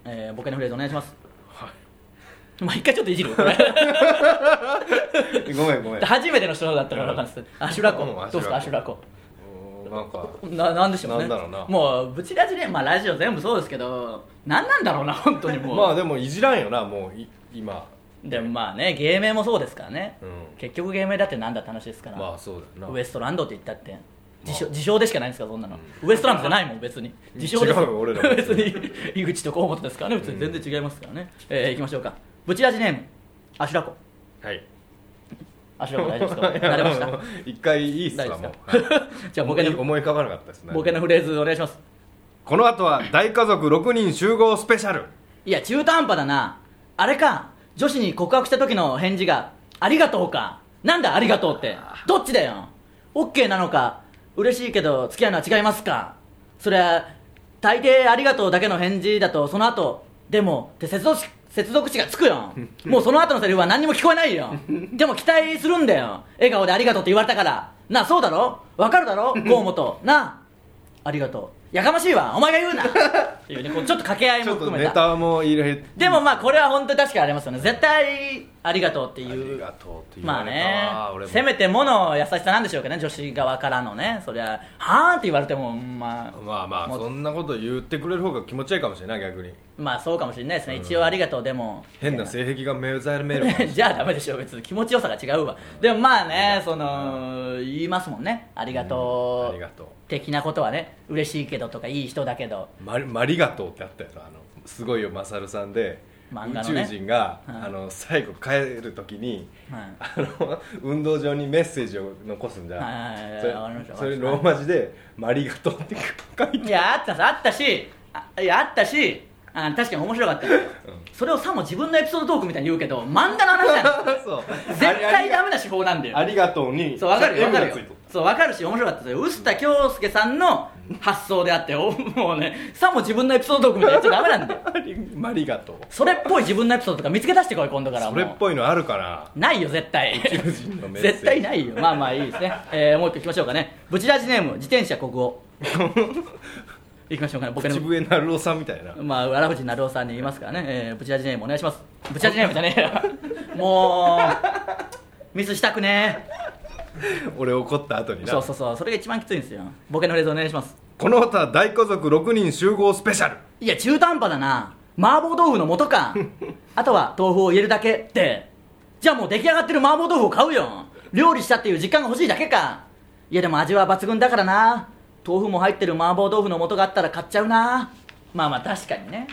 Speaker 1: えー、ボケのフレーズお願いします
Speaker 2: は
Speaker 1: 毎回ちょっといじ るこれ
Speaker 2: い ごめんごめん
Speaker 1: 初めての人だったから分かんないですアシュラコ
Speaker 2: うん
Speaker 1: どうですかア
Speaker 2: ア
Speaker 1: シ
Speaker 2: シ
Speaker 1: ュ
Speaker 2: ュ
Speaker 1: ラ
Speaker 2: ラ
Speaker 1: コ
Speaker 2: うーんなんか
Speaker 1: ななんでしょうね
Speaker 2: なんだろうな
Speaker 1: もうブチラジね、まあ、ラジオ全部そうですけどなんなんだろうな本当にもう
Speaker 2: まあでもいじらんよなもうい今
Speaker 1: でもまあね芸名もそうですからね、
Speaker 2: うん
Speaker 1: 結局芸名だってなんだって話ですから、
Speaker 2: まあそうだよな
Speaker 1: ウエストランドって言ったって自称自称でしかないんですからそんなの、ウエストランドじゃないもん別に自称です
Speaker 2: 違うよ俺らも
Speaker 1: 別に井口と河本ですからね別に全然違いますからね、えー、いきましょうかブチラジネームアシュラコ
Speaker 2: はい
Speaker 1: アシュラコ大丈夫です か慣れました
Speaker 2: もう一回いいっすわもう
Speaker 1: 大丈夫ですか
Speaker 2: はい
Speaker 1: じゃあボケの
Speaker 2: 思い浮かばなかったですね
Speaker 1: ボケのフレーズお願いします
Speaker 2: この後は大家族6人集合スペシャル
Speaker 1: いや中途半端だなあれか女子に告白した時の返事が「ありがとうか」なんだ「ありがとう」ってどっちだよ OK なのか嬉しいけど付き合うのは違いますかそりゃ大抵「ありがとう」だけの返事だとその後でも」って接続詞接続詞がつく よもうその後のセリフは何にも聞こえないよでも期待するんだよ笑顔で「ありがとう」って言われたからなあそうだろわかるだ ろ河本なあありがとうやかましいわお前が言う なっていうねこうちょっと掛け合い
Speaker 2: ち
Speaker 1: も
Speaker 2: ょっと
Speaker 1: 含め
Speaker 2: ネ
Speaker 1: た
Speaker 2: タも入れ
Speaker 1: でもまあこれは本当に確かにありますよね絶対ありがとうって
Speaker 2: あり
Speaker 1: いう
Speaker 2: がとうって言
Speaker 1: ま
Speaker 2: わ
Speaker 1: あ
Speaker 2: れたわ
Speaker 1: ね
Speaker 2: 俺も
Speaker 1: せめてもの優しさなんでしょうけどね女子側からのねそりゃはーんって言われてもまあ
Speaker 2: まあまあ
Speaker 1: もう
Speaker 2: そんなこと言ってくれる方が気持ちいいかもしれない逆に
Speaker 1: まあそうかもしれないですね一応ありがとうでも
Speaker 2: 変な性癖が目覚めるかもしれな い
Speaker 1: じゃあダメでしょ別に気持ちよさが違うわでもまあねその言いますもんねありが
Speaker 2: うん
Speaker 1: と
Speaker 2: ありが
Speaker 1: う
Speaker 2: とう
Speaker 1: 的なことはね嬉しいけどとかいい人だけど
Speaker 2: マリマリガトーってあったよなあのすごいよマサルさんで、
Speaker 1: 漫画
Speaker 2: 宇
Speaker 1: のね
Speaker 2: 宙人が、
Speaker 1: はい
Speaker 2: あの最後帰る時に、
Speaker 1: はい
Speaker 2: あの 運動場にメッセージを残すんじゃん、
Speaker 1: はいはいはい
Speaker 2: それ
Speaker 1: わかりました
Speaker 2: それローマ字で「マリガトー」って書いて
Speaker 1: いやあったさあったしあいやあったしあ確かに面白かったよ、それをさも自分のエピソードトークみたいに言うけど漫画の話だよ
Speaker 2: そう
Speaker 1: 絶対ダメな手法なんだ
Speaker 2: あ
Speaker 1: よ
Speaker 2: りがとうに
Speaker 1: そう分かるよ分
Speaker 2: M
Speaker 1: か
Speaker 2: が
Speaker 1: る
Speaker 2: つ
Speaker 1: よ
Speaker 2: いとっ
Speaker 1: そう分かるし面白かったですよ臼田恭介さんの発想であっておもうねさも自分のエピソードトークみたいに言っちゃダメなんだよ
Speaker 2: たありマリガトー
Speaker 1: それっぽい自分のエピソードとか見つけ出してこい今度からは
Speaker 2: そ
Speaker 1: もう
Speaker 2: れっぽいのあるかな
Speaker 1: ないよ絶対
Speaker 2: 宇宙人のメッセージ
Speaker 1: 絶対ないよまあまあいいですね、えーもう一個いきましょうかねブチラジネーム自転車国 語いきましょうかね僕の
Speaker 2: 口笛なるおさんみたいな
Speaker 1: まあ、わらふじなるおさんに言いますからね、えー、ブチラジネームお願いします。ブチラジネームじゃねえよ。もう、ミスしたくね
Speaker 2: 俺怒った後に
Speaker 1: え。
Speaker 2: な
Speaker 1: そうそうそう、それが一番きついんですよ。ボケのフレーズお願いします。
Speaker 2: この歌は大家族6人集合スペシャル
Speaker 1: いや、中途半端だな。麻婆豆腐の素か。あとは豆腐を入れるだけって。じゃあもう出来上がってる麻婆豆腐を買うよ。料理したっていう実感が欲しいだけか。いや、でも味は抜群だからな。豆腐も入ってる麻婆豆腐の素があったら買っちゃうな。まあまあ確かにね。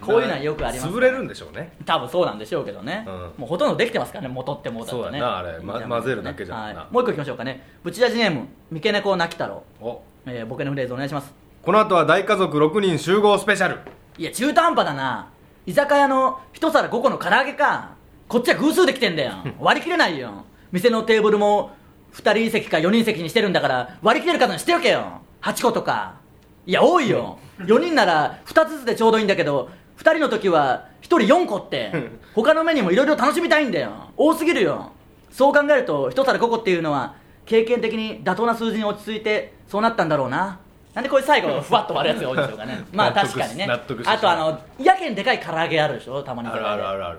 Speaker 1: こういうのはよくありますね
Speaker 2: 潰れるんでしょうね
Speaker 1: 多分そうなんでしょうけどね、
Speaker 2: うん
Speaker 1: もうほとんどできてますからね元ってもうだとね
Speaker 2: そうだなあれま混ぜるだけじゃんな
Speaker 1: はい、もう一個いきましょうかねブチラジネーム三毛猫泣き太郎、
Speaker 2: お
Speaker 1: えーボケのフレーズお願いします
Speaker 2: この後は大家族6人集合スペシャル
Speaker 1: いや中途半端だな居酒屋の一皿5個の唐揚げかこっちは偶数できてんだよ割り切れないよ店のテーブルも2人席か4人席にしてるんだから割り切れる数にしておけよ8個とかいや多いよ4人なら2つずつでちょうどいいんだけど2人の時は1人4個って他のメニューもいろいろ楽しみたいんだよ多すぎるよそう考えると1皿5個っていうのは経験的に妥当な数字に落ち着いてそうなったんだろうななんでこれ最後ふわっと割るやつが多いんでしょうかね まあ
Speaker 2: 納得し
Speaker 1: 確かにね
Speaker 2: 納得してしまう
Speaker 1: あとあのやけにでかい唐揚げあるでしょたまに
Speaker 2: あるあるあるある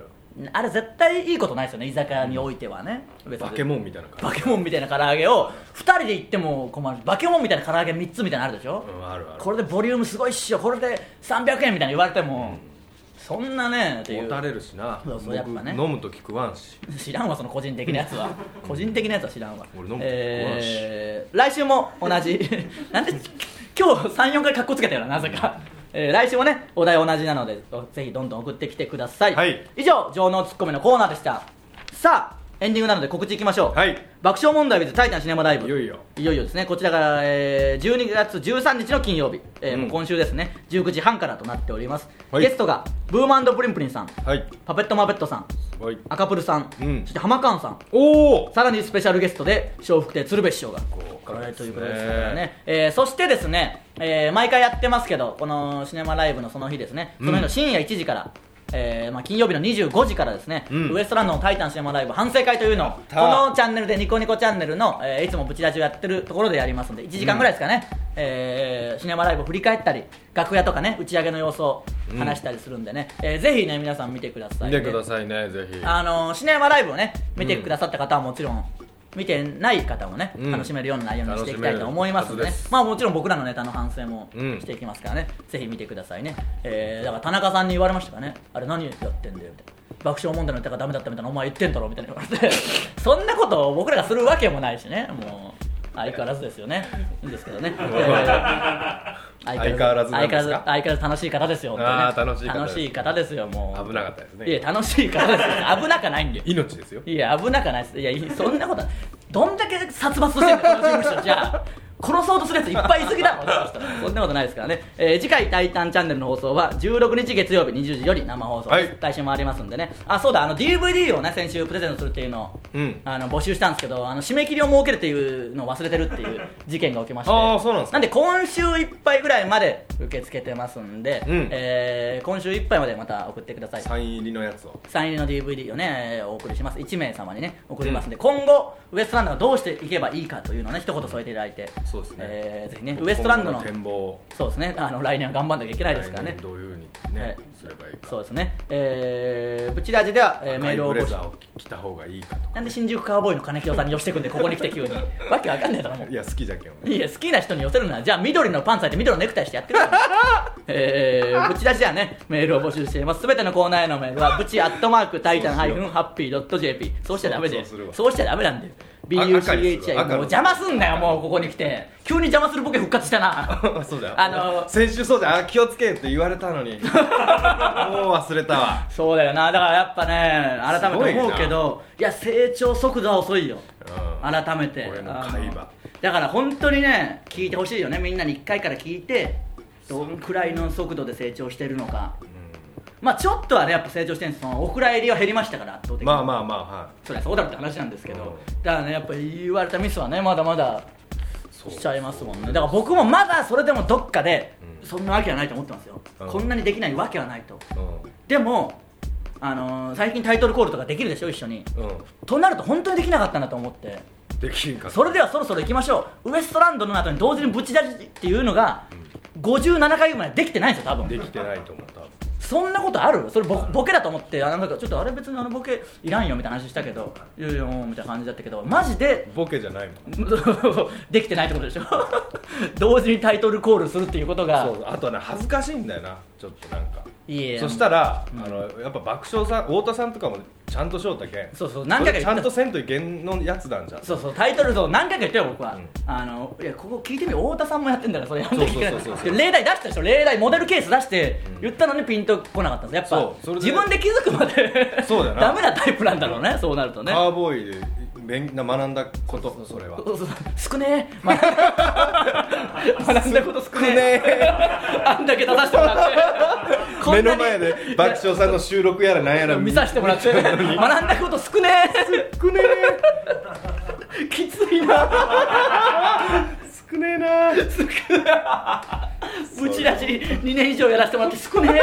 Speaker 1: あれ絶対いいことないですよね居酒屋においてはね、別に
Speaker 2: バケモンみたいな感
Speaker 1: バケモンみたいな唐揚げを2人で行っても困るバケモンみたいな唐揚げ3つみたいなのあるでしょ
Speaker 2: じ、うん、あるある
Speaker 1: これでボリュームすごいっしょこれで300円みたいな言われても、そんなねってい
Speaker 2: 持
Speaker 1: う
Speaker 2: たれるしな
Speaker 1: そうそうやっぱね
Speaker 2: 僕飲むとき食わんし
Speaker 1: 知らんわその個人的なやつ は個人的なやつは知らんわ
Speaker 2: 俺飲む
Speaker 1: えー来週も同じなんで今日34回かっこつけたよななぜか、えー来週もねお題同じなのでおぜひどんどん送ってきてください、
Speaker 2: はい
Speaker 1: 以上情能ツッコミのコーナーでしたさあエンディングなので告知いきましょう、
Speaker 2: はい
Speaker 1: 爆笑問題 with タイタンシネマライブ
Speaker 2: いよいよ
Speaker 1: いよいよですねこちらが、えー12月13日の金曜日、えー
Speaker 2: うん
Speaker 1: もう今週ですね19時半からとなっております、
Speaker 2: はい
Speaker 1: ゲストがブーマンドプリンプリンさん
Speaker 2: はい
Speaker 1: パペットマペットさん
Speaker 2: はい
Speaker 1: アカプルさん、
Speaker 2: うん
Speaker 1: そしてハマカーンさん
Speaker 2: おお
Speaker 1: さらにスペシャルゲストで笑福亭鶴瓶師匠が
Speaker 2: 豪華
Speaker 1: 来
Speaker 2: で
Speaker 1: る
Speaker 2: す
Speaker 1: と
Speaker 2: ね
Speaker 1: いうことですからね、えーそしてですね、えー毎回やってますけどこのシネマライブのその日ですねその日の深夜1時から、えーまあ、金曜日の25時からですね、
Speaker 2: うん
Speaker 1: ウエストランドの「タイタンシネマライブ」反省会というのをこ
Speaker 2: た
Speaker 1: のチャンネルでニコニコチャンネルの、えーいつもブチラジオやってるところでやりますんで1時間ぐらいですかね、えーシネマライブを振り返ったり楽屋とかね打ち上げの様子を話したりするんでね、えーぜひね皆さん見てください
Speaker 2: 見
Speaker 1: ね、
Speaker 2: てくださいねぜひ
Speaker 1: あのシネマライブをね見てくださった方はもちろん、見てない方もね、
Speaker 2: うん
Speaker 1: 楽しめるような内容にしていきたいと思いますので,、
Speaker 2: 楽しめるは
Speaker 1: ね
Speaker 2: ずです
Speaker 1: まあ、もちろん僕らのネタの反省も
Speaker 2: うん
Speaker 1: していきますからね、ぜひ見てくださいね、えーだから田中さんに言われましたからねあれ何やってんだよみたいな爆笑問題のネタがダメだったみたいなお前言ってんだろみたいな言われ てそんなことを僕らがするわけもないしねもう相変わらずですよねいいんですけどね、 えー
Speaker 2: 相変わらずな
Speaker 1: 相
Speaker 2: ん
Speaker 1: 変
Speaker 2: で
Speaker 1: わら
Speaker 2: す
Speaker 1: ず
Speaker 2: か
Speaker 1: 相変わらず楽しい方ですよ、
Speaker 2: あ
Speaker 1: 本
Speaker 2: ー
Speaker 1: 当に
Speaker 2: 楽し
Speaker 1: 楽し
Speaker 2: い方です
Speaker 1: い方ですよもう
Speaker 2: 危なかったですね
Speaker 1: いや楽しいからですよ危なかないんで
Speaker 2: 命ですよ
Speaker 1: いや危なかないですいやいいそんなことはどんだけ殺伐としてるのこの事務所じゃあ殺そうとするやついっぱいいすぎだろそんなことないですからね、えー次回「タイタンチャンネル」の放送は16日月曜日20時より生放送、
Speaker 2: はい
Speaker 1: 来週もありますんでねあそうだあの DVD をね先週プレゼントするっていうのを、
Speaker 2: うん
Speaker 1: あの募集したんですけどあの締め切りを設けるっていうのを忘れてるっていう事件が起きまして
Speaker 2: あーそうなんです
Speaker 1: な
Speaker 2: か
Speaker 1: んで今週いっぱいぐらいまで受け付けてますんで、
Speaker 2: うん
Speaker 1: えー今週いっぱいまでまた送ってください
Speaker 2: サイン入りのやつを
Speaker 1: サイン入りの DVD をねえーお送りします1名様にね送りますんで、今後ウエストランドがどうしていけばいいかというのをね一言添えていただいて
Speaker 2: そうですね
Speaker 1: えーぜひねウエストランド
Speaker 2: 今
Speaker 1: の
Speaker 2: 後展望を
Speaker 1: そうですねあの来年は頑張んなきゃいけないですから
Speaker 2: 来
Speaker 1: ね
Speaker 2: 年どういうふうに
Speaker 1: はい
Speaker 2: ねすればいいか
Speaker 1: そうですねえーブチラジでは、えーメ
Speaker 2: 赤
Speaker 1: ー
Speaker 2: い
Speaker 1: ルを
Speaker 2: ブレ
Speaker 1: 募集
Speaker 2: ザーを着た方がいいかとか
Speaker 1: なんで新宿カウボーイの金清さんに寄せてくんでここに来て急にわけわかんねえだろもう
Speaker 2: いや好きじゃけん
Speaker 1: いや好きな人に寄せるならじゃあ緑のパンツ履いて緑のネクタイしてやって くれえー、ぶち出しではねメールを募集していますすべてのコーナーへのメールはぶちアットマークタイタンハイフンハッピードット JP そうしちゃダメで
Speaker 2: そうするわ
Speaker 1: そうしちゃダメなんだよ
Speaker 2: 赤にする
Speaker 1: BUCHI
Speaker 2: わ
Speaker 1: も
Speaker 2: 赤
Speaker 1: う
Speaker 2: の
Speaker 1: 邪魔すんなよもうここに来て急に邪魔するボケ復活した な
Speaker 2: そうじゃん
Speaker 1: あのー
Speaker 2: 先週そうじゃんあ気をつけって言われ たのにもう忘れたわ
Speaker 1: そうだよなだからやっぱね改めて思うけどいや成長速度は遅いよ
Speaker 2: うん
Speaker 1: 改めて
Speaker 2: 俺の会
Speaker 1: あの
Speaker 2: 話
Speaker 1: だから本当にね聞いてほしいよねみんなに1回から聞いてどんくらいの速度で成長してるのかまあちょっとはねやっぱ成長してるんですそのお蔵入りは減りましたから圧倒的に
Speaker 2: まあまあまあは
Speaker 1: そりゃそうだろって話なんですけど、
Speaker 2: うん
Speaker 1: だからねやっぱ言われたミスはねまだまだ
Speaker 2: いそ
Speaker 1: しちゃいますもんねだから僕もまだそれでもどっかで、
Speaker 2: うん
Speaker 1: そんなわけはないと思ってますよ、
Speaker 2: うん
Speaker 1: こんなにできないわけはないと
Speaker 2: う
Speaker 1: でもあのー最近タイトルコールとかできるでしょ一緒に
Speaker 2: んうん
Speaker 1: となると本当にできなかったなと思って
Speaker 2: できんか
Speaker 1: それではそろそろ行きましょうウエストランドの後に同時にぶち出しっていうのが57回までできてないんですよ多
Speaker 2: で
Speaker 1: 分
Speaker 2: きてないと思った
Speaker 1: そんなことあるそれボボケだと思ってあなんかちょっとあれ別にあのボケいらんよみたいな話したけどいやいやもうみたいな感じだったけどマジで
Speaker 2: ボケじゃないもん
Speaker 1: できてないってことでしょ 同時にタイトルコールするっていうことが
Speaker 2: そうあとね恥ずかしいんだよなちょっとなんか
Speaker 1: いやいや
Speaker 2: そしたら、
Speaker 1: うん
Speaker 2: あのやっぱ爆笑さん太田さんとかもちゃんと翔太けん
Speaker 1: そうそう何回か言っ
Speaker 2: ち
Speaker 1: た
Speaker 2: ゃんとせんといけんのやつなんじゃん
Speaker 1: そうそうタイトルそう何回か言ったよ僕は、
Speaker 2: うん
Speaker 1: あのいやここ聞いてみよう太田さんもやってんだからそれやんなきゃいけない
Speaker 2: そうそうそうそう
Speaker 1: で例題出したでしょ例題モデルケース出して
Speaker 2: うん
Speaker 1: 言ったのにピンとこなかったんですやっぱ
Speaker 2: そうそれで
Speaker 1: 自分で気づくまで
Speaker 2: そうだよな
Speaker 1: ダメなタイプなんだろうねそうなるとね
Speaker 2: カーボーイで勉学んだことそれは
Speaker 1: そうそう少ねえ、まあ学んだこと少ねえ
Speaker 2: 少ねえ
Speaker 1: あんだけ出させてもらってこんな
Speaker 2: 目
Speaker 1: に
Speaker 2: の前で爆笑さんの収録やらなんやら
Speaker 1: 見させてもらって学んだこと少ねえ
Speaker 2: 少ね
Speaker 1: きついな
Speaker 2: え少ねえな
Speaker 1: うちらし2年以上やらせてもらって少 ねえ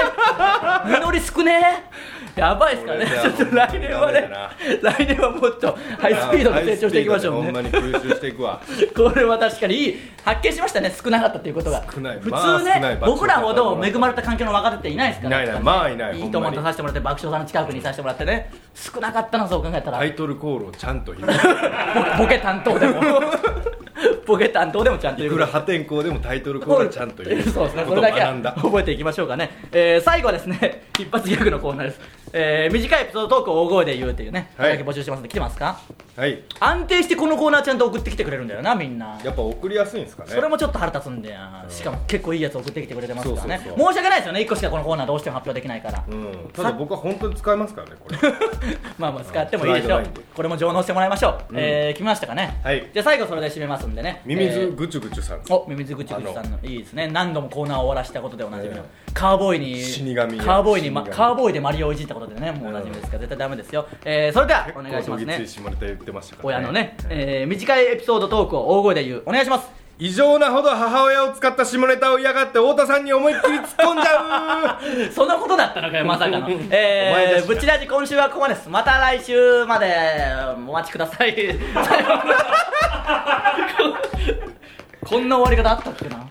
Speaker 1: 実り少ねえやばいっすからね
Speaker 2: これじゃあ
Speaker 1: ちょっと来年はね来年はもっとハイスピードで成長していきましょう
Speaker 2: ハイ
Speaker 1: ね
Speaker 2: スピードでほんまに吸収していくわ
Speaker 1: これは確かにいい発見しましたね少なかったということが
Speaker 2: 少ない
Speaker 1: 普
Speaker 2: まあ
Speaker 1: 通
Speaker 2: 少な
Speaker 1: ね
Speaker 2: い爆笑
Speaker 1: 僕らほど恵まれた環境の若手っていないですから
Speaker 2: いないいないまあいない
Speaker 1: いいと思
Speaker 2: ほんまに
Speaker 1: 出させてもらって爆笑さんの近くにいさせてもらってね少なかったなそう考えたら
Speaker 2: タイトルコールをちゃんと 拾う
Speaker 1: ボボケ担当で もボケ担当でもちゃんと
Speaker 2: い
Speaker 1: 言う
Speaker 2: くら破天荒でもタイトルコールをちゃんと言 う
Speaker 1: そうですね
Speaker 2: こ
Speaker 1: そ
Speaker 2: と
Speaker 1: れ
Speaker 2: を
Speaker 1: だけ
Speaker 2: 学ん
Speaker 1: は
Speaker 2: だ
Speaker 1: 覚えていきましょうかね、えー最後はですね 一発ギャグのコーナーです、えー短いエピソードトークを大声で言うというね、
Speaker 2: はい
Speaker 1: お題だけ募集してますんで来てますか
Speaker 2: はい
Speaker 1: 安定してこのコーナーちゃんと送ってきてくれるんだよなみんな
Speaker 2: やっぱ送りやすいんですかね
Speaker 1: それもちょっと腹立つんだよなしかも結構いいやつ送ってきてくれてますからね
Speaker 2: そうそうそう
Speaker 1: 申し訳ないですよね1個しかこのコーナーどうしても発表できないから、
Speaker 2: うん、ただ僕は本当に使えますからねこれ
Speaker 1: まあまあ使ってもいいでしょ
Speaker 2: う
Speaker 1: うんこれも上納してもらいましょう、
Speaker 2: うん
Speaker 1: えー、来ましたかね、
Speaker 2: はい
Speaker 1: じゃあ最後それで締めますんでね
Speaker 2: ミミズ
Speaker 1: えー
Speaker 2: ぐちゅぐちゅさんです
Speaker 1: おミミズグチグチさんのいいですね何度もコーナーを終わらせたことでおなじみの、
Speaker 2: え
Speaker 1: カーボーイに
Speaker 2: 死神
Speaker 1: カーボーイに、ま、
Speaker 2: 死神
Speaker 1: カーボーイでマリオをいじったことでねもうおなじみですから、絶対ダメですよ、えー、それではお願いします
Speaker 2: 結構どぎ
Speaker 1: ね
Speaker 2: つい下ネタ言ってましたから
Speaker 1: 親のね、えー、短いエピソードトークを大声で言うお願いし ます
Speaker 2: 異常なほど母親を使った下ネタを嫌がって太田さんに思いっきり突っ込んじゃう
Speaker 1: そのことだったのかよまさかのえ
Speaker 2: お前だし
Speaker 1: ー、
Speaker 2: な
Speaker 1: ブチラジ今週はここまでですまた来週までお待ちくだ さいさようならこんな終わり方あったっけな